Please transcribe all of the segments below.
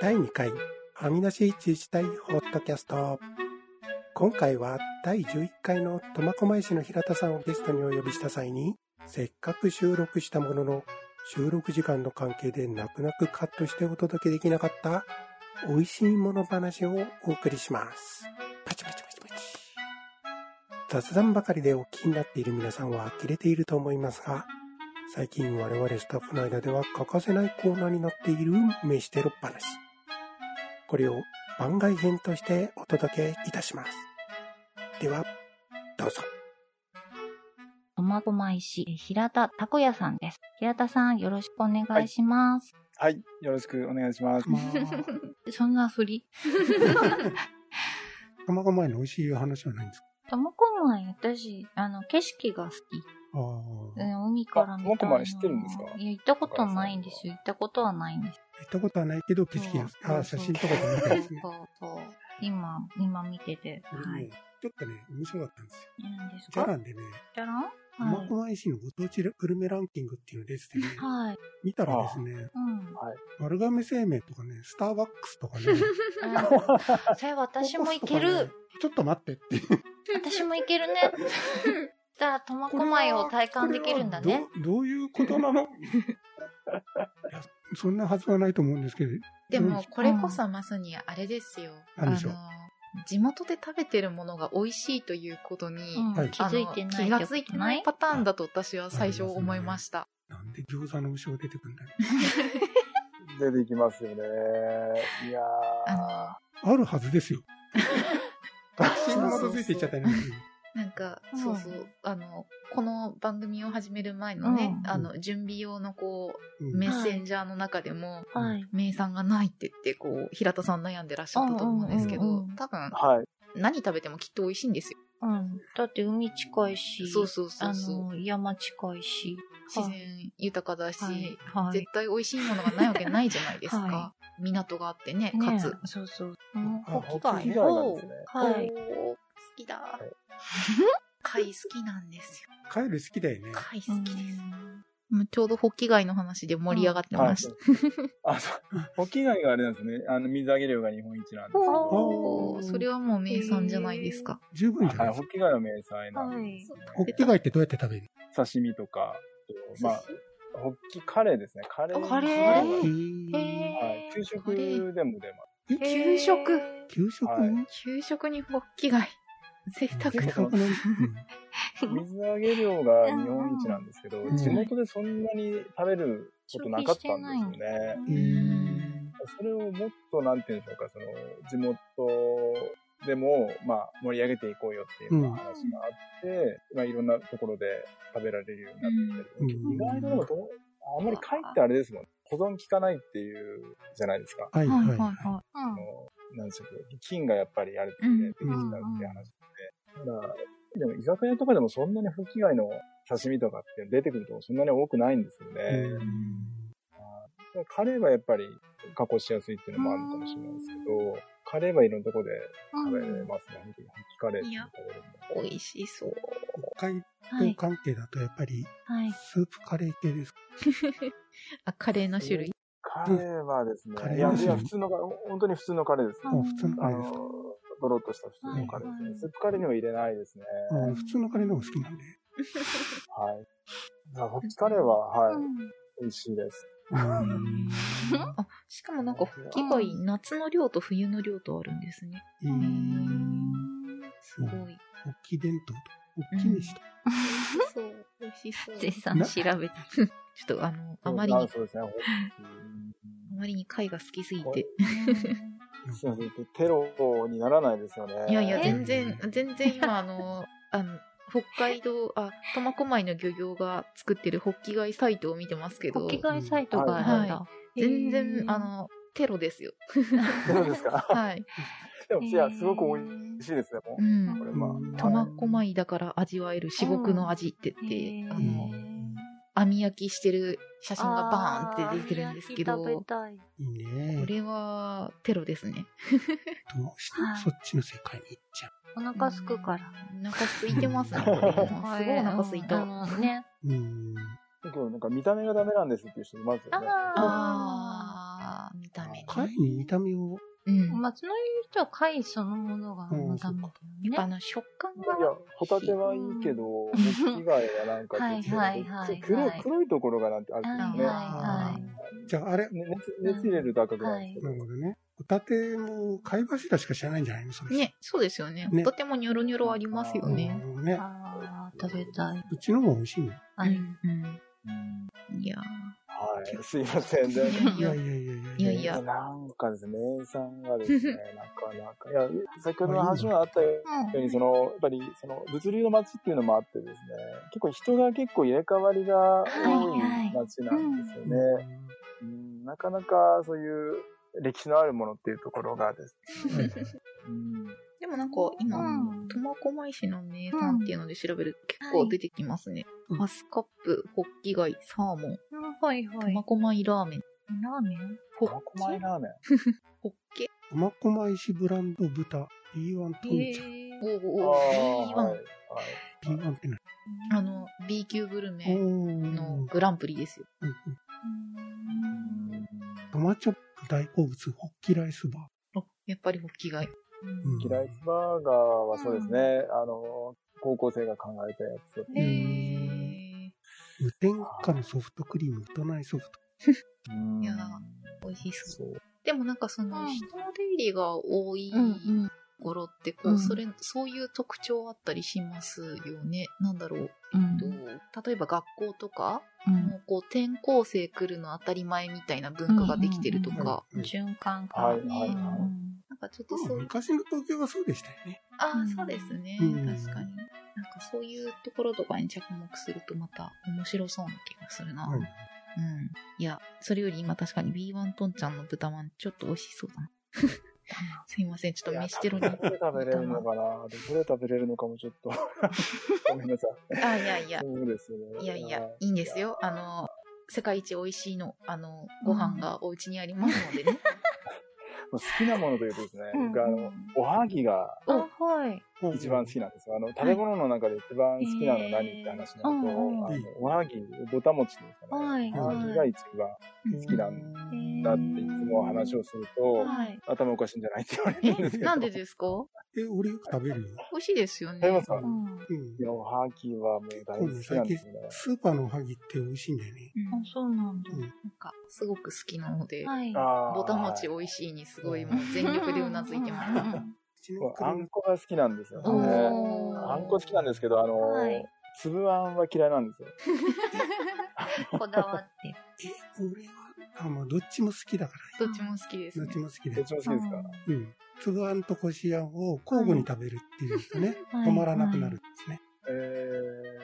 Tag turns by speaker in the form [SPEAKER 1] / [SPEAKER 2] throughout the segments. [SPEAKER 1] 第2回はみ出し自治体ホットキャスト今回は第11回の苫小牧市の平田さんをゲストにお呼びした際にせっかく収録したものの収録時間の関係で泣く泣くカットしてお届けできなかった美味しいもの話をお送りしますパチパチパチパチ雑談ばかりでお聞きになっている皆さんは呆れていると思いますが最近我々スタッフの間では欠かせないコーナーになっている飯テロ話。これを番外編としてお届けいたします。では、どう ぞ。
[SPEAKER 2] 苫小牧市平田たこ屋さんです。平田さん、よろしくお願いします。
[SPEAKER 3] はい、よろしくお願いします。
[SPEAKER 2] そんなふり
[SPEAKER 1] 卵小前の美味しい話はないんですか
[SPEAKER 2] 苫小牧、私、あの、景色が好き。
[SPEAKER 1] あ
[SPEAKER 2] う
[SPEAKER 1] あ。行
[SPEAKER 2] ん海から見たいな。
[SPEAKER 3] あ苫小牧知ってるんですか
[SPEAKER 2] いや、行ったことないんですよ。行ったことはないんです。
[SPEAKER 1] ったことはないけど、景色が、ああ、
[SPEAKER 2] そ
[SPEAKER 1] 写真
[SPEAKER 2] う
[SPEAKER 1] とかで見たいですね。
[SPEAKER 2] そうそう。今、今見てて。は
[SPEAKER 1] 俺
[SPEAKER 2] い
[SPEAKER 1] ね。ちょっとね、面白かったんですよ。
[SPEAKER 2] いるんです
[SPEAKER 1] じゃ
[SPEAKER 2] か
[SPEAKER 1] らんでね、
[SPEAKER 2] じゃらんは
[SPEAKER 1] 苫
[SPEAKER 2] い
[SPEAKER 1] 小。牧市のご当地グルメランキングっていうの出ててね、
[SPEAKER 2] はい。
[SPEAKER 1] 見たらですね、
[SPEAKER 2] うん。
[SPEAKER 1] 丸亀製麺とかね、スターバックスとかね、
[SPEAKER 2] あそれ 私も行ける。
[SPEAKER 1] ちょっと待ってって。
[SPEAKER 2] 私も行 けるね。じゃあ、苫小牧を体感できるんだね。
[SPEAKER 1] どう。どういうことなのいやそんなはずはないと思うんですけど、
[SPEAKER 4] でも、これこそまさにあれですよ。
[SPEAKER 1] 何でしょう
[SPEAKER 4] の、地元で食べてるものが美味しいということに、
[SPEAKER 2] うん
[SPEAKER 1] はい
[SPEAKER 2] 気づいてない
[SPEAKER 4] あの気
[SPEAKER 2] っ
[SPEAKER 4] が
[SPEAKER 2] て
[SPEAKER 4] つい
[SPEAKER 2] こ
[SPEAKER 4] て
[SPEAKER 2] とな
[SPEAKER 4] ないいパターンだと私は最初思いました。
[SPEAKER 1] なんで餃子の王将出てくるんだろう
[SPEAKER 3] 出てきますよね。いや
[SPEAKER 4] あ
[SPEAKER 1] あるはずですよ。確信に基づいていっちゃったね。
[SPEAKER 4] なんか、
[SPEAKER 2] うん
[SPEAKER 4] そうそう、あの、この番組を始める前のね、
[SPEAKER 2] うん
[SPEAKER 4] あの、準備用のこ
[SPEAKER 1] うん
[SPEAKER 4] う、メッセンジャーの中でも、
[SPEAKER 2] はい。
[SPEAKER 4] 名産がないって言って、こう、平田さん悩んでらっしゃったと思うんですけ
[SPEAKER 2] うんうんう
[SPEAKER 4] ど
[SPEAKER 2] んうん、
[SPEAKER 4] 多分
[SPEAKER 3] ー、はい。
[SPEAKER 4] 何食べてもきっと美味しいんですよ。
[SPEAKER 2] うん。だって海近いし、
[SPEAKER 4] そうそうそうそう。
[SPEAKER 2] あの、山近いし。
[SPEAKER 4] 自然豊かだし、
[SPEAKER 2] はい。はい。
[SPEAKER 4] 絶対美味しいものがないわけないじゃないですか。
[SPEAKER 2] は
[SPEAKER 4] 港があってね、
[SPEAKER 2] ね
[SPEAKER 4] か
[SPEAKER 2] え
[SPEAKER 4] つ。
[SPEAKER 2] そうそう。この
[SPEAKER 1] あ
[SPEAKER 2] ホキ貝
[SPEAKER 3] ホキ貝なんですね
[SPEAKER 2] はい。
[SPEAKER 4] おー好き だ。貝好きなんですよ。
[SPEAKER 1] カエル好きだよね。
[SPEAKER 4] 貝
[SPEAKER 2] う
[SPEAKER 4] 好きです。
[SPEAKER 2] ん
[SPEAKER 4] もうちょうどホッキ貝の話で盛り上がって
[SPEAKER 3] は
[SPEAKER 4] ま
[SPEAKER 3] い
[SPEAKER 4] した。。
[SPEAKER 3] あ、そう。ホキ貝があれなんですね。あの、水揚げ量が日本一なんですけど。
[SPEAKER 4] おーそれはもう名産じゃないですか。
[SPEAKER 1] 十分じゃな
[SPEAKER 3] はいい、
[SPEAKER 1] です
[SPEAKER 3] ホ
[SPEAKER 1] か。
[SPEAKER 3] キ貝は名産なんで、
[SPEAKER 1] ホッキ貝ってどうやって食べるの
[SPEAKER 3] 刺身とか、まあ、ホッキカレーですね。カレー。
[SPEAKER 2] カレー
[SPEAKER 3] は
[SPEAKER 2] へ
[SPEAKER 3] い
[SPEAKER 2] へ
[SPEAKER 3] はい。給
[SPEAKER 4] カレー
[SPEAKER 3] 食でも出ま
[SPEAKER 1] え
[SPEAKER 2] へー
[SPEAKER 4] 給食
[SPEAKER 1] 給食
[SPEAKER 3] はい
[SPEAKER 4] 給食にホッキ貝。贅沢
[SPEAKER 1] 給
[SPEAKER 4] だ。
[SPEAKER 1] 食なんですうん
[SPEAKER 3] す。水揚げ量が日本一なんですけど
[SPEAKER 1] うん、
[SPEAKER 3] 地元でそんなに食べることなかったんですよね。
[SPEAKER 1] えー
[SPEAKER 3] それをもっと、なんていうんでしょうか、その、地元でも、まあ、盛り上げていこうよっていうまあ話があって、まあ、いろんなところで食べられるようになってる、
[SPEAKER 1] うん
[SPEAKER 3] 意外とでもどう、あんまり貝ってあれですもん。保存効かないっていう、じゃないですか。
[SPEAKER 1] はい
[SPEAKER 4] はいは
[SPEAKER 1] はいい
[SPEAKER 4] は
[SPEAKER 1] はいい。。
[SPEAKER 2] うん
[SPEAKER 3] あの、なんでしょう、菌がやっぱりあるって
[SPEAKER 4] うん
[SPEAKER 3] 出てきたっていう話で。ただ、でも居酒屋とかでもそんなにホキ貝の刺身とかって出てくるとそんなに多くないんですよね。
[SPEAKER 1] うん
[SPEAKER 3] カレーはやっぱり加工しやすいっていうのもあるのかもしれないですけど、カレーはいろんなとこで食べれますね。本当にカレーっていうの食べれるんだ。
[SPEAKER 4] 美味しそう。
[SPEAKER 1] 北海
[SPEAKER 2] は
[SPEAKER 1] 道
[SPEAKER 2] い。
[SPEAKER 1] 関係だとやっぱり
[SPEAKER 2] はい。
[SPEAKER 1] スープカレー系ですか
[SPEAKER 4] あ、カレーの種類。
[SPEAKER 3] カレーはですね
[SPEAKER 1] カレ、ー
[SPEAKER 3] いや、
[SPEAKER 1] です
[SPEAKER 3] い
[SPEAKER 1] ね
[SPEAKER 3] や普通のカレー、本当に普通のカレーです
[SPEAKER 2] う
[SPEAKER 1] あ
[SPEAKER 3] ね。
[SPEAKER 2] ん
[SPEAKER 1] 普通のカ
[SPEAKER 3] あ
[SPEAKER 1] レーです
[SPEAKER 3] の
[SPEAKER 1] か、
[SPEAKER 3] ドロッとした普通のカ
[SPEAKER 2] は
[SPEAKER 3] レーです
[SPEAKER 2] い
[SPEAKER 3] ね。スープカレーには入れないですね。
[SPEAKER 1] あ普通のカレーの方が好きなんで。
[SPEAKER 3] はい。だからホッキカレーは、は
[SPEAKER 2] う
[SPEAKER 3] い、
[SPEAKER 2] ん
[SPEAKER 3] 美味しいです。
[SPEAKER 1] うん
[SPEAKER 4] あ、しかもなんかホッキ貝、夏の量と冬の量とあるんですね。
[SPEAKER 1] えー
[SPEAKER 4] す ごい。
[SPEAKER 1] 大きい弁当と、大きい飯と。
[SPEAKER 4] そう、美味しそう。
[SPEAKER 2] 絶賛調べて。
[SPEAKER 4] ちょっとあの、あまりに、あ
[SPEAKER 3] そうですね。ホッキ
[SPEAKER 4] まりに貝が好きすぎて。
[SPEAKER 3] うんすいません。テロにならないですよね。
[SPEAKER 4] いやいや、
[SPEAKER 2] え
[SPEAKER 4] 全 然、全然今あの、あの、北海道、あ、苫小牧の漁業が作ってるホッキ貝サイトを見てますけど
[SPEAKER 2] 国、外サイトがあるんだ。
[SPEAKER 4] 全然
[SPEAKER 2] へ、ー
[SPEAKER 4] あ、の、テロですよ。
[SPEAKER 3] テロですか
[SPEAKER 4] はい。
[SPEAKER 3] でも、いや、すごく美
[SPEAKER 2] へー
[SPEAKER 3] 味しいですね。もう
[SPEAKER 4] う
[SPEAKER 3] こ
[SPEAKER 4] ん。
[SPEAKER 3] れまあ、
[SPEAKER 4] 苫小牧だから味わえる至極の味って
[SPEAKER 2] へ
[SPEAKER 4] 言って、
[SPEAKER 2] ー
[SPEAKER 4] あの、網焼きしてる写真がバーンって出てるんですけ
[SPEAKER 2] あー焼き食
[SPEAKER 4] ど
[SPEAKER 2] べ、たい。
[SPEAKER 1] いいね
[SPEAKER 4] こ。れはテロですね。
[SPEAKER 1] どうしてもそっちの世界に行っちゃ
[SPEAKER 2] お腹すくから。
[SPEAKER 4] うん。お腹空いてます ね。これもうすごいお腹空い
[SPEAKER 2] うん
[SPEAKER 4] た。
[SPEAKER 2] あのね。
[SPEAKER 1] う。うん。
[SPEAKER 3] 今日なんか見た目がダメなんですっていう人いますよね。
[SPEAKER 2] あー
[SPEAKER 4] ああー見た目ね。
[SPEAKER 1] 貝に見た目を、
[SPEAKER 4] うん。
[SPEAKER 2] まあ、その人は貝そのものが
[SPEAKER 1] うん
[SPEAKER 2] また
[SPEAKER 1] そっ
[SPEAKER 2] ね。
[SPEAKER 4] あの、食感
[SPEAKER 3] い
[SPEAKER 4] が。
[SPEAKER 3] や、ホタテはいいけど、僕以外はなんかちょっと、
[SPEAKER 2] はいはいはい
[SPEAKER 3] 黒
[SPEAKER 2] はい
[SPEAKER 3] い、黒いところがなんてあるんですよね。
[SPEAKER 2] はいはい
[SPEAKER 1] じゃああれ、
[SPEAKER 3] ね熱熱入れると赤くなるんですけ
[SPEAKER 1] な
[SPEAKER 3] ど、
[SPEAKER 1] るほどね。ホタテも貝柱しか知らないんじゃないのそれ。
[SPEAKER 4] ね、そうですよね。
[SPEAKER 1] ね
[SPEAKER 4] とてもニョロニョロありますよ
[SPEAKER 1] うん。
[SPEAKER 4] ね。
[SPEAKER 1] ね。
[SPEAKER 2] ああ、食べたい。
[SPEAKER 1] うちのも美味しいね。
[SPEAKER 2] あ
[SPEAKER 4] うん
[SPEAKER 3] うん
[SPEAKER 4] うんいやー
[SPEAKER 3] はい。すいません。で
[SPEAKER 1] いやいやいやいや
[SPEAKER 4] いやいや
[SPEAKER 3] なんかですね、 名産がですね、なかなか。いや、先ほどの話にあったように、その、やっぱり、その、物流の街っていうのもあってですね、結構人が結構入れ替わりが多い街なんですよね。うんなかなかそういう歴史のあるものっていうところがですね。うん
[SPEAKER 4] でもなんか今、
[SPEAKER 2] うん
[SPEAKER 4] 苫小牧市の名産っていうので調べると結構出てきますね。
[SPEAKER 1] はい
[SPEAKER 4] ハスカップ、ホッキ貝、サーモン、
[SPEAKER 2] はいはい。ラ
[SPEAKER 4] 苫小牧ラーメン、
[SPEAKER 2] ーメン
[SPEAKER 4] ホッ
[SPEAKER 3] 苫小牧ラーメン。
[SPEAKER 4] ホッケ、
[SPEAKER 1] 苫小牧市ブランド豚 B1 とんちゃん。
[SPEAKER 4] おー
[SPEAKER 3] あー
[SPEAKER 4] おー、
[SPEAKER 3] はい
[SPEAKER 4] B1。
[SPEAKER 3] はい
[SPEAKER 1] B1 って何
[SPEAKER 4] あの、B 級グル
[SPEAKER 1] お
[SPEAKER 4] メの
[SPEAKER 1] ー
[SPEAKER 4] グランプリですよ。
[SPEAKER 1] うんうんトマチョップ大好物ホッキライスバ
[SPEAKER 4] あやっぱりホッキ貝。
[SPEAKER 1] ー。うん
[SPEAKER 3] 嫌いスバーガーはそうですね、あの、高校生が考えたやつ。
[SPEAKER 4] へ
[SPEAKER 1] ん
[SPEAKER 4] ー。
[SPEAKER 1] 無添加のソフトクリーム、どないソフト
[SPEAKER 3] うん
[SPEAKER 4] いやー美味しそう。
[SPEAKER 3] そう。
[SPEAKER 4] でもなんかそ
[SPEAKER 2] うん
[SPEAKER 4] の人の出入りが多い
[SPEAKER 2] うん
[SPEAKER 4] 頃ってこう、
[SPEAKER 2] うん
[SPEAKER 4] それ、そういう特徴あったりしますよね。なんだろう。
[SPEAKER 2] う。
[SPEAKER 4] どうん例えば学校とか、
[SPEAKER 2] うん。
[SPEAKER 4] もうこう転校生来るの当たり前みたいな文化ができてるとか、
[SPEAKER 1] うん
[SPEAKER 2] 循環
[SPEAKER 3] は
[SPEAKER 2] か
[SPEAKER 3] い、。はい、
[SPEAKER 4] ね
[SPEAKER 3] はい。
[SPEAKER 4] なんかちょっとそううんいう、
[SPEAKER 1] 昔の東京はそうでしたよね。
[SPEAKER 4] あ
[SPEAKER 2] うん
[SPEAKER 4] あ、そうですね、
[SPEAKER 1] うん
[SPEAKER 4] 確かに。なんかそういうところとかに着目するとまた面白そうな気がするな。
[SPEAKER 1] はい
[SPEAKER 4] うん。いや、それより今確かに B1 トンちゃんの豚まんちょっと美味しそうだな。 すいません、ちょっと飯テロに。
[SPEAKER 3] どこで食べれるのかなどこで食べれるのかもちょっ と。ごめんなさい。
[SPEAKER 4] あ、いやいや、
[SPEAKER 3] そうですね。
[SPEAKER 4] いやいや
[SPEAKER 3] は、
[SPEAKER 4] いいんですよ。あの、世界一美味しいの、あの、ご飯がお家にありますのでね。
[SPEAKER 3] もう好きなものというとですね、僕あの、おはぎが
[SPEAKER 2] あ、はい。
[SPEAKER 3] 一番好きなんですよ。あの、食べ物の中で一番好きなの何って話になると、
[SPEAKER 2] へーうんうん
[SPEAKER 3] あのおはぎ、ぼたもちですかね。
[SPEAKER 2] はい
[SPEAKER 3] おはぎが一番 好きなんんだっていつも話をすると、
[SPEAKER 2] はい。
[SPEAKER 3] 頭おかしいんじゃないって言われ
[SPEAKER 4] え
[SPEAKER 3] るんですけど。
[SPEAKER 4] なんでですか
[SPEAKER 1] え、俺よく食べるよ。
[SPEAKER 4] 美味しいですよね。
[SPEAKER 3] 食べますか
[SPEAKER 2] うん。
[SPEAKER 1] うん
[SPEAKER 3] いや、おはぎはもう大好きなんですね。
[SPEAKER 1] スーパーのおはぎって美味しいんだよね。
[SPEAKER 4] うん
[SPEAKER 2] あ、そうなんだ。
[SPEAKER 4] なんか、すごく好きなので、
[SPEAKER 2] はい。
[SPEAKER 3] あー
[SPEAKER 4] ぼたもち美味しいにすごいもう全力でうなずいてます。
[SPEAKER 2] うんうん
[SPEAKER 1] うちの
[SPEAKER 3] 僕
[SPEAKER 1] 車
[SPEAKER 3] あんこが好きなんですよ
[SPEAKER 4] お
[SPEAKER 3] ね。
[SPEAKER 4] ー
[SPEAKER 3] あんこ好きなんですけど、あの、
[SPEAKER 2] はい
[SPEAKER 3] 粒あんは嫌いなんですよ。
[SPEAKER 2] こだわって。
[SPEAKER 1] え、俺は、あ、まあ、どっちも好きだか
[SPEAKER 4] どっちも好きです
[SPEAKER 1] ら、
[SPEAKER 4] ね
[SPEAKER 1] どっち。も好き
[SPEAKER 3] ど
[SPEAKER 1] で
[SPEAKER 3] っ。ちも好きですか、
[SPEAKER 1] うん。粒あんとこしあんを交互に食べるっていうかね、
[SPEAKER 2] はい
[SPEAKER 1] 止まらなくなるんですね。
[SPEAKER 3] え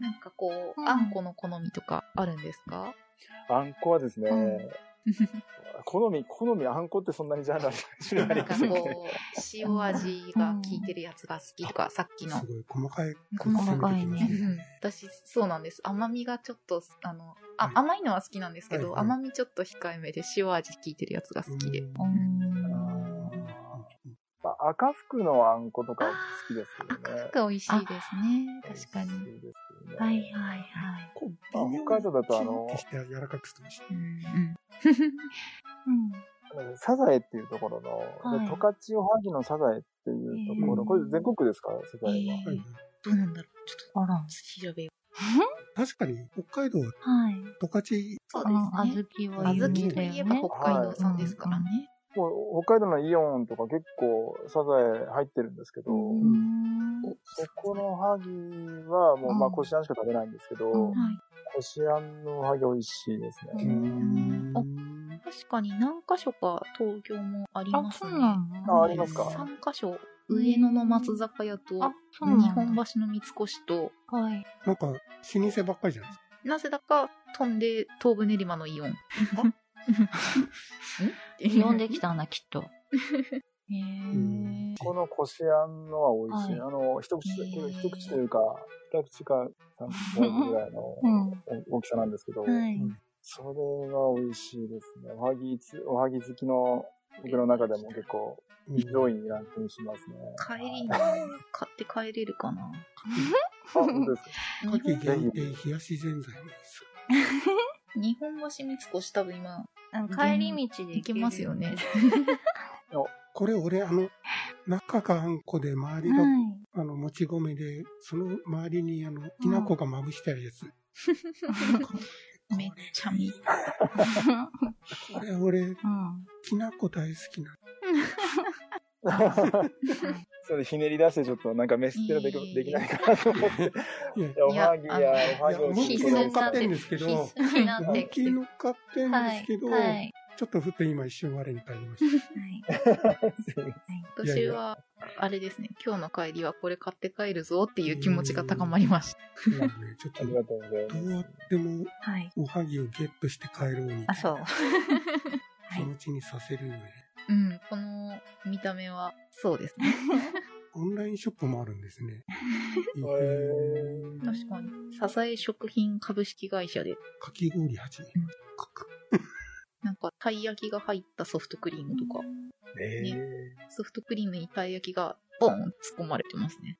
[SPEAKER 4] なんかこう、
[SPEAKER 2] うん
[SPEAKER 4] あんこの好みとかあるんですか
[SPEAKER 3] ー、あんこはですね、
[SPEAKER 2] うん
[SPEAKER 3] 好み、好み、あんこってそんなにジャンルある種類 あ
[SPEAKER 4] な
[SPEAKER 3] り
[SPEAKER 4] ん
[SPEAKER 3] ま
[SPEAKER 4] か
[SPEAKER 3] すね。
[SPEAKER 4] こう、塩味が効いてるやつが好きとか、さっきの
[SPEAKER 1] す。ごい細かい
[SPEAKER 4] 細
[SPEAKER 2] かいね
[SPEAKER 1] こと攻めてきます
[SPEAKER 4] うん 私、そうなんです。甘みがちょっと、あの、あ
[SPEAKER 1] は、い
[SPEAKER 4] 甘いのは好きなんですけ
[SPEAKER 1] は
[SPEAKER 4] ど、
[SPEAKER 1] いはい
[SPEAKER 4] 甘みちょっと控えめで塩味効いてるやつが好きで。
[SPEAKER 1] うん
[SPEAKER 2] うーん。
[SPEAKER 3] まあ赤福のあんことか好きですけど
[SPEAKER 4] 赤
[SPEAKER 3] ね。
[SPEAKER 4] が美味しいですね。確かに。
[SPEAKER 3] 美味しいですよね
[SPEAKER 2] はいはいはい。
[SPEAKER 1] こう
[SPEAKER 3] まあ北海道だとあの
[SPEAKER 1] 微妙にチンってして柔らかくしてほしい。
[SPEAKER 4] うん。
[SPEAKER 2] うん。
[SPEAKER 3] サザエっていうところの、
[SPEAKER 2] はい
[SPEAKER 3] 十勝おはぎのサザエっていうところ、
[SPEAKER 1] うん
[SPEAKER 3] これ全国ですかサザエ
[SPEAKER 1] は
[SPEAKER 3] は。
[SPEAKER 4] え
[SPEAKER 1] い
[SPEAKER 4] ーどうなんだろうちょっ
[SPEAKER 2] あら。
[SPEAKER 4] と調べよ
[SPEAKER 1] 確かに、北海道は
[SPEAKER 2] はい。
[SPEAKER 1] 十勝、
[SPEAKER 4] う。そう
[SPEAKER 2] あ
[SPEAKER 4] ですね。
[SPEAKER 2] 小
[SPEAKER 1] あ
[SPEAKER 2] 豆は
[SPEAKER 4] 小
[SPEAKER 1] ずき
[SPEAKER 4] 豆
[SPEAKER 2] 有名
[SPEAKER 4] と
[SPEAKER 2] だよ
[SPEAKER 4] いえば
[SPEAKER 2] ね。
[SPEAKER 4] 北海道産ですからね。
[SPEAKER 3] もう北海道のイオンとか結構サザエ入ってるんですけど、
[SPEAKER 2] うーん
[SPEAKER 4] お
[SPEAKER 3] そこのおはぎはもう、まあ、
[SPEAKER 2] うん
[SPEAKER 3] こしあんしか食べないんですけど、
[SPEAKER 2] うん
[SPEAKER 4] はい
[SPEAKER 3] こしあんのおはぎ美味しいですね。
[SPEAKER 2] うん
[SPEAKER 4] あ確かに何箇所か東京もありますね。
[SPEAKER 3] あありますか
[SPEAKER 4] 3箇所。上野の松坂屋と、
[SPEAKER 2] あ、そうなの
[SPEAKER 4] 日本橋の三越と、
[SPEAKER 2] はい。
[SPEAKER 1] なんか、老舗ばっかりじゃないですか。
[SPEAKER 4] なぜだか飛んで東武練馬のイ オン。
[SPEAKER 2] 呼んできたんだ、きっ と。へ
[SPEAKER 1] ん
[SPEAKER 2] ー
[SPEAKER 3] このこしあんのは美味しい。
[SPEAKER 2] は
[SPEAKER 3] あの、一口、
[SPEAKER 4] へー
[SPEAKER 3] これ一口というか、二口か三口ぐらいの
[SPEAKER 2] うん。
[SPEAKER 3] お 大きさなんですけど、
[SPEAKER 2] はい。
[SPEAKER 3] それは美味しいですね。おはぎつ、おはぎ好きの僕の中でも結構上位にランクインしますね。
[SPEAKER 4] 帰りに買って帰れるかな。
[SPEAKER 3] あ、本当ですか。
[SPEAKER 1] 夏季限定冷やしぜんざいもいいです
[SPEAKER 4] 日本橋三越多分今
[SPEAKER 2] うん帰り道で
[SPEAKER 4] 行けますよね。
[SPEAKER 1] これ俺、あの、中があんこで周りが、
[SPEAKER 2] はい。
[SPEAKER 1] あの、もち米で、その周りに、あの、きな粉がまぶしてあるやつ。
[SPEAKER 4] めっちゃ見
[SPEAKER 1] これ俺、
[SPEAKER 2] うん。
[SPEAKER 1] きな粉大好きな。
[SPEAKER 3] それでひねり出してちょっとなんか飯ってので
[SPEAKER 4] い
[SPEAKER 3] き
[SPEAKER 4] い
[SPEAKER 3] できないかなと思って。
[SPEAKER 1] いや、い
[SPEAKER 3] いやおはぎ
[SPEAKER 4] いや
[SPEAKER 3] やおはぎ
[SPEAKER 1] や、
[SPEAKER 3] を
[SPEAKER 1] 思いっきり乗っかってんですけ
[SPEAKER 2] 必
[SPEAKER 1] ど、思
[SPEAKER 2] 須になっ
[SPEAKER 1] い
[SPEAKER 2] て
[SPEAKER 1] っ
[SPEAKER 2] き
[SPEAKER 1] き
[SPEAKER 2] て
[SPEAKER 1] り乗っかってんですけど、
[SPEAKER 2] はい。
[SPEAKER 1] ちょっとふと今一瞬我に返りまし
[SPEAKER 2] はい。
[SPEAKER 1] いやい
[SPEAKER 4] 私
[SPEAKER 1] や
[SPEAKER 4] は、あれですね、今日の帰りはこれ買って帰るぞっていう気持ちが高まりました。
[SPEAKER 1] た。なんで、ちょっ
[SPEAKER 3] あ
[SPEAKER 1] と、ど
[SPEAKER 3] り
[SPEAKER 1] う
[SPEAKER 3] がとうございます。
[SPEAKER 1] やっても
[SPEAKER 2] はい。
[SPEAKER 1] おはぎをゲットして帰ろうみた
[SPEAKER 2] あ、
[SPEAKER 1] い
[SPEAKER 2] そう。
[SPEAKER 1] な気持ちにさせるよね。
[SPEAKER 4] うん、この見た目は、そうですね。
[SPEAKER 1] オンラインショップもあるんですね。え
[SPEAKER 3] ー
[SPEAKER 4] 確かに。サザエ食品株式会社で、
[SPEAKER 1] かき氷8人。
[SPEAKER 4] なんか、たい焼きが入ったソフトクリームとか、
[SPEAKER 3] え
[SPEAKER 4] ね
[SPEAKER 3] え
[SPEAKER 4] ソフトクリームにたい焼きが、ボン突っ込まれてますね。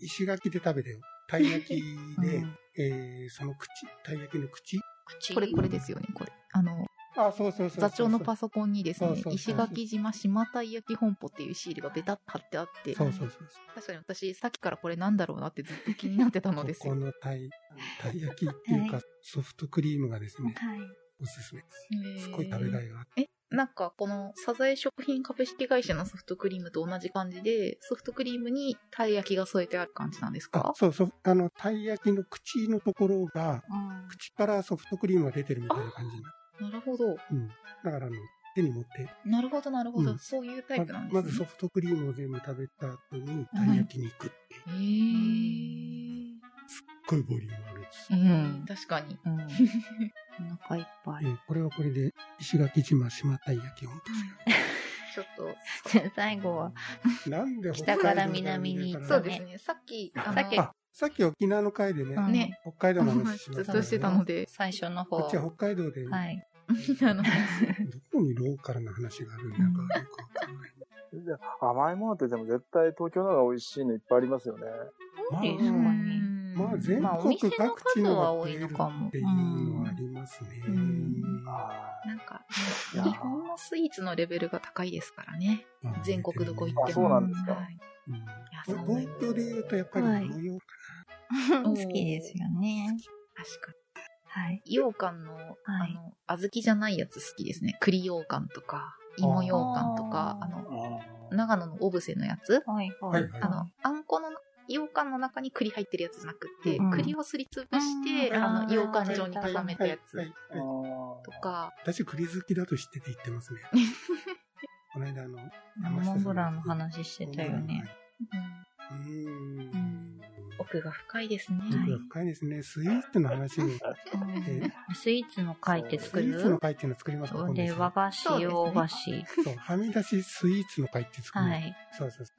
[SPEAKER 1] 石垣で食べたよ。たい焼きで、
[SPEAKER 4] うん
[SPEAKER 1] えーその口、たい焼きの口。
[SPEAKER 2] 口
[SPEAKER 4] これ、これですよね、これ。あの、
[SPEAKER 1] あ、そうそうそうそう。
[SPEAKER 4] 座長のパソコンにです
[SPEAKER 1] そう
[SPEAKER 4] ね
[SPEAKER 1] そう、そう
[SPEAKER 4] 石垣島島たい焼き本舗っていうシールがベタッと貼ってあって、
[SPEAKER 1] そうそうそう
[SPEAKER 4] 確かに私、さっきからこれなんだろうなってずっと気になってた
[SPEAKER 1] そ
[SPEAKER 4] の
[SPEAKER 1] う。
[SPEAKER 4] です
[SPEAKER 1] ここ
[SPEAKER 4] よ。
[SPEAKER 1] のたい、たい焼きっていうか、ソフトクリームがですね、
[SPEAKER 2] はい。
[SPEAKER 1] おすすめです。
[SPEAKER 4] へー
[SPEAKER 1] すごい食べがいがあって。
[SPEAKER 4] え、なんかこのサザエ食品株式会社のソフトクリームと同じ感じで、ソフトクリームにたい焼きが添えてある感じなんです
[SPEAKER 1] あ
[SPEAKER 4] か、
[SPEAKER 1] そうそう。あの、たい焼きの口のところが、
[SPEAKER 2] うん。
[SPEAKER 1] 口からソフトクリームが出てるみたいな感じになる。
[SPEAKER 4] なるほど。
[SPEAKER 1] うん。だから、あの、手に持って、
[SPEAKER 4] なるほど、なるほど。
[SPEAKER 1] うん
[SPEAKER 4] そういうタイ
[SPEAKER 1] ま
[SPEAKER 4] プなんですね。
[SPEAKER 1] まずソフトクリームを全部食べた後に、たい焼きに行くっていう、
[SPEAKER 4] へー
[SPEAKER 1] すっごいボリュームあるんです。
[SPEAKER 2] うん。
[SPEAKER 4] 確かに。
[SPEAKER 2] うん。お腹いっぱ
[SPEAKER 1] え
[SPEAKER 2] い。
[SPEAKER 1] ーこれはこれで、石垣島島たい焼き本当ですよ。
[SPEAKER 4] ちょっ と、
[SPEAKER 2] 最後は、
[SPEAKER 1] なんで
[SPEAKER 2] 北から南に
[SPEAKER 1] 北海道
[SPEAKER 4] そ
[SPEAKER 1] から
[SPEAKER 4] うですね。さっき、あの
[SPEAKER 2] さっき
[SPEAKER 1] あ、さっき沖縄の回でね、
[SPEAKER 2] うん
[SPEAKER 4] ね、
[SPEAKER 1] 北海道の話しま
[SPEAKER 4] ずっ
[SPEAKER 1] した
[SPEAKER 4] としてたの
[SPEAKER 1] で。
[SPEAKER 4] で、
[SPEAKER 2] 最初の方。
[SPEAKER 1] こっちは北海道で、
[SPEAKER 2] はい。
[SPEAKER 4] みたいな。
[SPEAKER 1] どこにローカルな話があるんだかよくわかんない。
[SPEAKER 3] で甘いものってでも絶対東京の方が美味しいのいっぱいありますよね。
[SPEAKER 1] まあ
[SPEAKER 2] う
[SPEAKER 4] うんん
[SPEAKER 1] まあ全
[SPEAKER 2] まあお
[SPEAKER 1] 国
[SPEAKER 2] 店の
[SPEAKER 1] 各地のが食える
[SPEAKER 2] 数は多いのかも
[SPEAKER 1] っていうのはありますね。
[SPEAKER 4] うん
[SPEAKER 3] あ
[SPEAKER 4] なんか、
[SPEAKER 3] いや
[SPEAKER 4] 日本のスイーツのレベルが高いですからね。
[SPEAKER 1] まあ
[SPEAKER 4] 全国どこ行っても。
[SPEAKER 3] あそうなんですか
[SPEAKER 4] はい
[SPEAKER 1] うん
[SPEAKER 4] そうなんだ
[SPEAKER 1] 東京で言うとやっぱり
[SPEAKER 2] はい
[SPEAKER 1] 模様
[SPEAKER 2] 好きですよね。
[SPEAKER 4] 確か
[SPEAKER 2] はい。
[SPEAKER 4] に。羊羹の、あ
[SPEAKER 2] はい
[SPEAKER 4] の、小豆じゃないやつ好きですね。栗羊羹とか、芋羊羹とか、
[SPEAKER 2] あー
[SPEAKER 4] あの、
[SPEAKER 3] あ
[SPEAKER 4] 長野のオブセのやつ。
[SPEAKER 2] はいは
[SPEAKER 1] はい
[SPEAKER 2] い。
[SPEAKER 1] はい
[SPEAKER 4] あの、あんこの、羊羹の中に栗入ってるやつじゃなくて、
[SPEAKER 2] うん
[SPEAKER 4] 栗をすりつぶして、
[SPEAKER 2] うん
[SPEAKER 4] あの、
[SPEAKER 2] あー
[SPEAKER 4] 羊羹状に固めたやつ
[SPEAKER 1] はいはいはい
[SPEAKER 4] とか、
[SPEAKER 1] 私栗好きだと知ってて言ってますね。 この間あの、
[SPEAKER 2] モンブランの話してたよね。
[SPEAKER 4] うん
[SPEAKER 1] うん。
[SPEAKER 4] 奥が深いですね。
[SPEAKER 1] 奥が深いですね。スイーツの話に。
[SPEAKER 2] うんスイーツの会って作
[SPEAKER 1] スイーツの
[SPEAKER 2] る
[SPEAKER 1] 会っていうのを作りますか今度
[SPEAKER 2] で、
[SPEAKER 1] 一緒に
[SPEAKER 2] 和菓
[SPEAKER 4] そう
[SPEAKER 2] 子、
[SPEAKER 4] ですね
[SPEAKER 2] 洋菓子。
[SPEAKER 1] そう、はみ出しスイーツの会って作る。
[SPEAKER 2] はい。
[SPEAKER 1] そうそうそ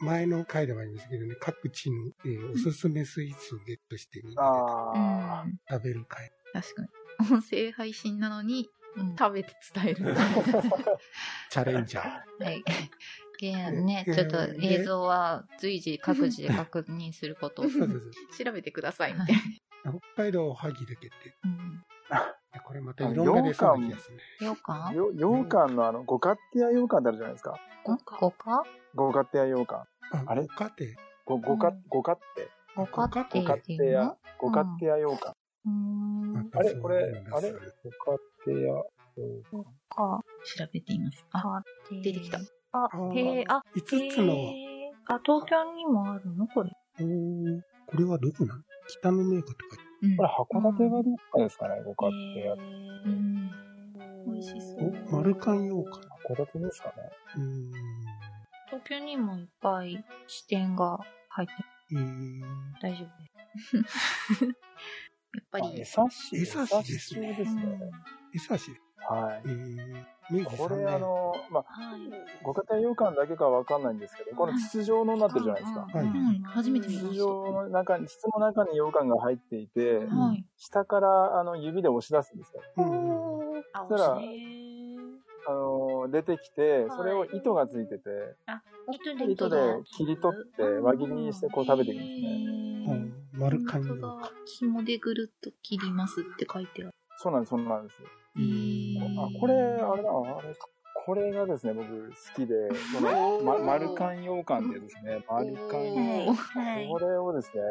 [SPEAKER 1] う。前の回でもありましたけどね、各地の、えーおすすめスイーツをゲットしてみん
[SPEAKER 3] あ。
[SPEAKER 1] なで
[SPEAKER 4] う
[SPEAKER 3] ああ。
[SPEAKER 4] ん。
[SPEAKER 1] 食べる会。
[SPEAKER 4] 確かに。音声配信なのに、
[SPEAKER 2] うん
[SPEAKER 4] 食べて伝え る。
[SPEAKER 1] チャレンジャー。
[SPEAKER 2] はい。で、ね、ちょっと映像は随時各自で確認すること。
[SPEAKER 1] そうそうそう。
[SPEAKER 4] 調べてください、みたいな。
[SPEAKER 1] 北海道おはぎだけって。
[SPEAKER 2] うん
[SPEAKER 1] これまたいろんなレソンがきですね。
[SPEAKER 2] ようかん
[SPEAKER 3] よ羊羹のあの、ご勝手屋羊羹ってあるじゃないですか。
[SPEAKER 2] ごかごか
[SPEAKER 3] ご勝手屋羊羹。
[SPEAKER 1] あ、
[SPEAKER 3] あれ
[SPEAKER 1] ご家庭。
[SPEAKER 3] ご、ごか
[SPEAKER 2] う、
[SPEAKER 3] ご勝手。
[SPEAKER 1] あ、
[SPEAKER 2] ごかって
[SPEAKER 1] ご家
[SPEAKER 2] いうの
[SPEAKER 3] ご勝手屋羊羹。
[SPEAKER 2] うーん。
[SPEAKER 1] 庭
[SPEAKER 3] あれこれ、あ
[SPEAKER 1] そ
[SPEAKER 3] れ
[SPEAKER 1] ういうのが
[SPEAKER 3] ご勝手屋羊羹。
[SPEAKER 2] か、
[SPEAKER 4] 調べています。あ、
[SPEAKER 2] かて。
[SPEAKER 4] 出てきた。
[SPEAKER 2] あ
[SPEAKER 1] ー、
[SPEAKER 2] へえ、あ、
[SPEAKER 1] 五つの
[SPEAKER 2] へえあ、東京にもあるのこれ。
[SPEAKER 1] おーこれはどこなの北のメーカーとか。
[SPEAKER 4] うん
[SPEAKER 3] これ函館がどっかですかね、ご勝手屋。
[SPEAKER 4] うん
[SPEAKER 2] 美味
[SPEAKER 4] 美味
[SPEAKER 2] し
[SPEAKER 4] し
[SPEAKER 2] そ
[SPEAKER 4] そうう。
[SPEAKER 1] お、丸缶用かな。
[SPEAKER 3] 函館ですかね。
[SPEAKER 1] うーん。
[SPEAKER 2] 東京にもいっぱい支店が入ってる
[SPEAKER 1] えー、
[SPEAKER 2] 大丈夫で。
[SPEAKER 4] やっぱ
[SPEAKER 3] あ
[SPEAKER 4] り
[SPEAKER 3] 江、差し。
[SPEAKER 1] 江差しですね
[SPEAKER 3] 江差しですすね
[SPEAKER 1] 江差し。
[SPEAKER 3] はい
[SPEAKER 1] え。ー、明治
[SPEAKER 3] こ
[SPEAKER 1] 3
[SPEAKER 3] れあ
[SPEAKER 1] 年。
[SPEAKER 3] の、まあ、
[SPEAKER 2] はい。
[SPEAKER 3] ご家庭羊羹だけかわかんないんですけど、この筒状のになってるじゃないですか。
[SPEAKER 1] はい
[SPEAKER 4] うん初めて見ま
[SPEAKER 3] 筒
[SPEAKER 4] した
[SPEAKER 3] 状の中に、筒の中に羊羹が入っていて、
[SPEAKER 1] ん
[SPEAKER 2] はい。
[SPEAKER 3] 下からあの指で押し出すんですよ。
[SPEAKER 1] うんうん。
[SPEAKER 2] あ、
[SPEAKER 3] そしたら
[SPEAKER 2] 美味しいね
[SPEAKER 3] あの、出てきて、それを糸がついてて、
[SPEAKER 2] あ、
[SPEAKER 3] 糸で切り取って輪切りにしてこう食べていくんです
[SPEAKER 1] う
[SPEAKER 3] ね。
[SPEAKER 2] ね。
[SPEAKER 1] ん丸缶用
[SPEAKER 4] 本当だ紐でぐるっと切りますって書いてある。
[SPEAKER 3] そうなんです、そうなんです。あ、これ、あれだ、あれ、これがですね、僕好きで、その、ま、丸缶羊羹でですね、丸缶羊
[SPEAKER 2] はい
[SPEAKER 3] 羹。
[SPEAKER 2] はい
[SPEAKER 3] これをですね、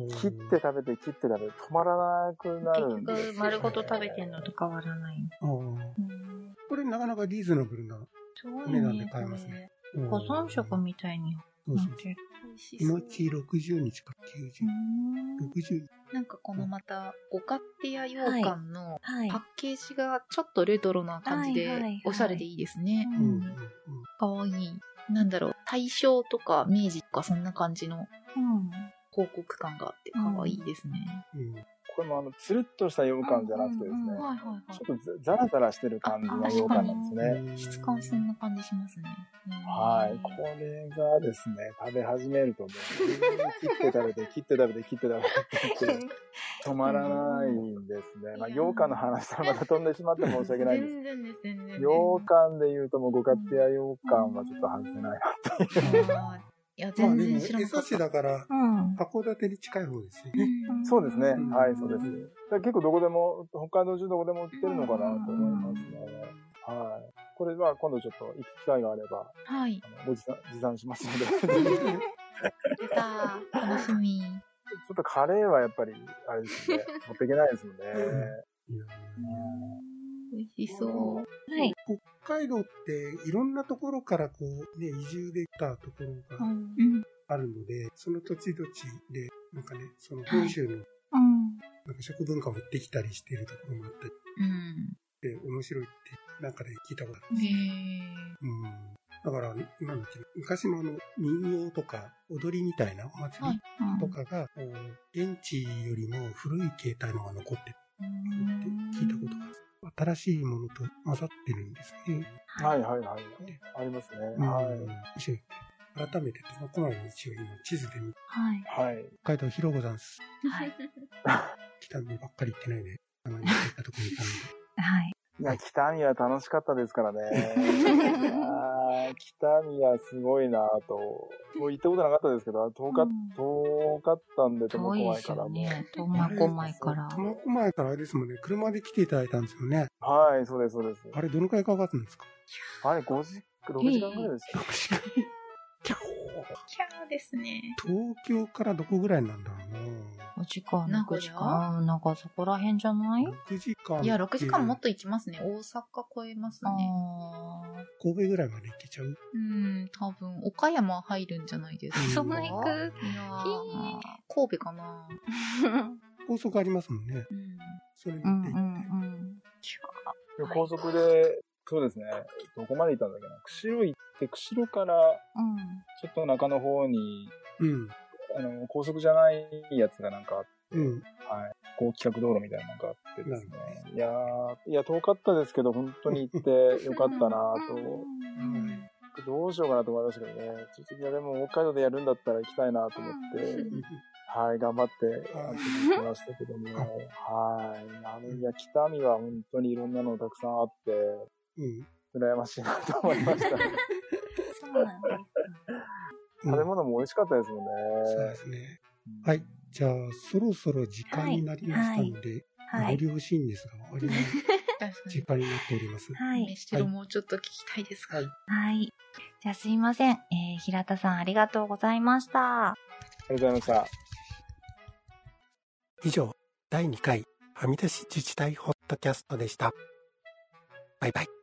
[SPEAKER 1] うん
[SPEAKER 3] 切って食べて切って食べて止まらなくなるんです
[SPEAKER 5] 結
[SPEAKER 3] よ、ね。
[SPEAKER 5] 局、丸ごと食べてんのと変わらない。
[SPEAKER 1] うん
[SPEAKER 5] うん
[SPEAKER 1] これなかなかリーズナブルな。
[SPEAKER 5] すご
[SPEAKER 1] お値段で買えますね。うん
[SPEAKER 5] 保存食みたいに
[SPEAKER 1] そう
[SPEAKER 5] な
[SPEAKER 1] そ
[SPEAKER 5] っ
[SPEAKER 1] う
[SPEAKER 5] てる。
[SPEAKER 1] そう。命60日か
[SPEAKER 5] う
[SPEAKER 1] ら90
[SPEAKER 5] ん
[SPEAKER 1] 日。60
[SPEAKER 4] なんかこのまた、ご勝手や羊羹の
[SPEAKER 2] はい
[SPEAKER 4] パッ。ケージがちょっとレトロな感じ
[SPEAKER 2] はいはいは
[SPEAKER 4] で
[SPEAKER 2] い、
[SPEAKER 4] おしゃれでいいですね。
[SPEAKER 1] うんうん
[SPEAKER 4] かわいい。なんだろう、大正とか明治とかそんな感じの
[SPEAKER 2] うん。
[SPEAKER 4] 広告感があって、かわいいですね。
[SPEAKER 1] うん
[SPEAKER 3] これもあの、つるっとした羊羹じゃなくてですね、
[SPEAKER 2] うんうんうん
[SPEAKER 4] はいはいはい
[SPEAKER 3] ちょっとザラザラしてる感じの羊羹なんです
[SPEAKER 1] う
[SPEAKER 3] ね。
[SPEAKER 1] んうん。
[SPEAKER 4] 質感そんな感じしますね。うん
[SPEAKER 3] はい。これがですね、食べ始めるともう、 切って食べて、切って食べて、切って食べてって、止まらないんですね。まあ、羊羹の話はまた飛んでしまって申し訳ないんです。
[SPEAKER 4] 全然です、全然です。
[SPEAKER 3] 羊羹で言うともうご家庭羊羹はちょっと外せない
[SPEAKER 4] あーいや、全然知らな
[SPEAKER 1] ま
[SPEAKER 4] か
[SPEAKER 1] あ
[SPEAKER 4] っ
[SPEAKER 1] でも江差
[SPEAKER 4] た。
[SPEAKER 1] だから、
[SPEAKER 2] うん。
[SPEAKER 1] 函館に近い方ですよ
[SPEAKER 4] う
[SPEAKER 1] ね。
[SPEAKER 4] ん
[SPEAKER 3] そうですね。
[SPEAKER 1] ん
[SPEAKER 3] はい、そうです。だから結構どこでも、北海道中どこでも売ってるのかなと思いますね。はい。これは今度ちょっと行く機会があれば、
[SPEAKER 4] はい。
[SPEAKER 3] あのご持参持参します ので。ちょ
[SPEAKER 4] 出た。楽しみ。
[SPEAKER 3] っとカレーはやっぱり、あれですね、持っていけないですもんね。
[SPEAKER 1] いや
[SPEAKER 4] 美味しそう。
[SPEAKER 2] はい。
[SPEAKER 1] 北海道っていろんなところからこう、ね、移住できたところ
[SPEAKER 2] う
[SPEAKER 1] が
[SPEAKER 2] ん。
[SPEAKER 4] うん。
[SPEAKER 1] あるので、その土地土地で、なんかね、その本州の
[SPEAKER 2] うん。
[SPEAKER 1] なんか食文化を持ってきたりしてるところもあったり
[SPEAKER 4] うん。
[SPEAKER 1] で面白いって、なんかで聞いたことある。う
[SPEAKER 4] へ
[SPEAKER 1] ん。だから、なんだっけな、昔のあの、民謡とか、踊りみたいなお祭
[SPEAKER 4] は
[SPEAKER 1] り
[SPEAKER 4] い
[SPEAKER 1] とかが、こう現地よりも古い形態のが残ってるって聞いたことがある。新しいものと混ざってるんですね。
[SPEAKER 3] はいはいはい。
[SPEAKER 1] ね
[SPEAKER 3] ありますね。
[SPEAKER 1] うん
[SPEAKER 3] は
[SPEAKER 1] 面白い。改めて、苫小牧の一応今地図で見て、
[SPEAKER 2] はい。
[SPEAKER 3] い。はい。
[SPEAKER 1] 北海道広ござんす。
[SPEAKER 4] はい。
[SPEAKER 1] 北見ばっかり行ってないで、たまに行ったとこに行ったので。
[SPEAKER 2] はい。
[SPEAKER 3] いや、北見は楽しかったですからね。あー北見はすごいなぁと。もう行ったことなかったですけど、遠かっ
[SPEAKER 2] うん
[SPEAKER 3] 遠かったんで、苫
[SPEAKER 2] 遠い
[SPEAKER 3] 小
[SPEAKER 2] で
[SPEAKER 3] 牧
[SPEAKER 2] す
[SPEAKER 3] から
[SPEAKER 2] よ
[SPEAKER 3] も。
[SPEAKER 2] ね。苫小牧から。
[SPEAKER 1] 苫小牧からあれですもんね、車で来ていただいたんですよね。
[SPEAKER 3] はい、そうです、そうです。
[SPEAKER 1] あれ、どのくらいかかったんですか
[SPEAKER 3] あれ、5時、6時間ぐらいですか
[SPEAKER 1] キャー
[SPEAKER 4] キャーですね。
[SPEAKER 1] 東京からどこぐらいなんだろ
[SPEAKER 2] お時間、
[SPEAKER 4] 名
[SPEAKER 2] なん
[SPEAKER 4] 古
[SPEAKER 2] か
[SPEAKER 4] 屋
[SPEAKER 2] 時間、なんかそこら辺じゃな
[SPEAKER 1] う
[SPEAKER 2] い
[SPEAKER 1] な。6時間ってう。
[SPEAKER 4] いや、6時間もっと行きますね。大阪超えます
[SPEAKER 2] あ
[SPEAKER 4] ね。
[SPEAKER 2] あ。
[SPEAKER 1] 神戸ぐらいまで行けちゃう。
[SPEAKER 4] うん、多分、岡山入るんじゃないですか。
[SPEAKER 2] そんな行く
[SPEAKER 4] いやー神戸かな。
[SPEAKER 1] 高速ありますもんね。
[SPEAKER 4] うん。
[SPEAKER 1] それに
[SPEAKER 2] う
[SPEAKER 1] 行っ
[SPEAKER 2] ん
[SPEAKER 1] て
[SPEAKER 2] う
[SPEAKER 1] 行って。
[SPEAKER 2] んうん。
[SPEAKER 3] で高速で、そうですね、どこまで行ったんだっけな。釧路行って、釧路から、
[SPEAKER 2] うん。
[SPEAKER 3] ちょっと中の方に、
[SPEAKER 1] うん。
[SPEAKER 3] あの、高速じゃないやつがなんかあって、
[SPEAKER 1] うん。
[SPEAKER 3] こう、企画道路みたいなのがあってですね
[SPEAKER 1] なる。
[SPEAKER 3] いやー、いや、遠かったですけど、本当に 行ってよかったなぁと。
[SPEAKER 1] うん
[SPEAKER 3] どうしようかなと思いましたけどね。ちょっといや、でも北海道でやるんだったら行きたいなと思って、はい、頑張って
[SPEAKER 1] あ
[SPEAKER 3] 行きましたけ ども、はい。あの、いや、北見は本当にいろんなのたくさんあって、
[SPEAKER 1] うん。
[SPEAKER 3] 羨ましいなと思いました。
[SPEAKER 2] そうなんです。
[SPEAKER 3] 食べ
[SPEAKER 1] うん
[SPEAKER 3] 物も美味しかったですもん
[SPEAKER 1] そう
[SPEAKER 3] ね
[SPEAKER 1] で。すね。はい。じゃあ、そろそろ時間になりましたので、
[SPEAKER 2] は
[SPEAKER 1] ご
[SPEAKER 2] い。
[SPEAKER 1] 了承ですが、終わりの
[SPEAKER 4] 確か
[SPEAKER 1] 時間になっております。
[SPEAKER 2] は
[SPEAKER 4] に。
[SPEAKER 2] い。
[SPEAKER 4] 飯代もうちょっと聞きたいですが。
[SPEAKER 1] はい
[SPEAKER 2] はい。じゃあすいません。えー、平田さんありがとうございました。
[SPEAKER 3] ありがとうございました。
[SPEAKER 1] 以上、第2回、はみ出し自治体ホットキャストでした。バイバイ。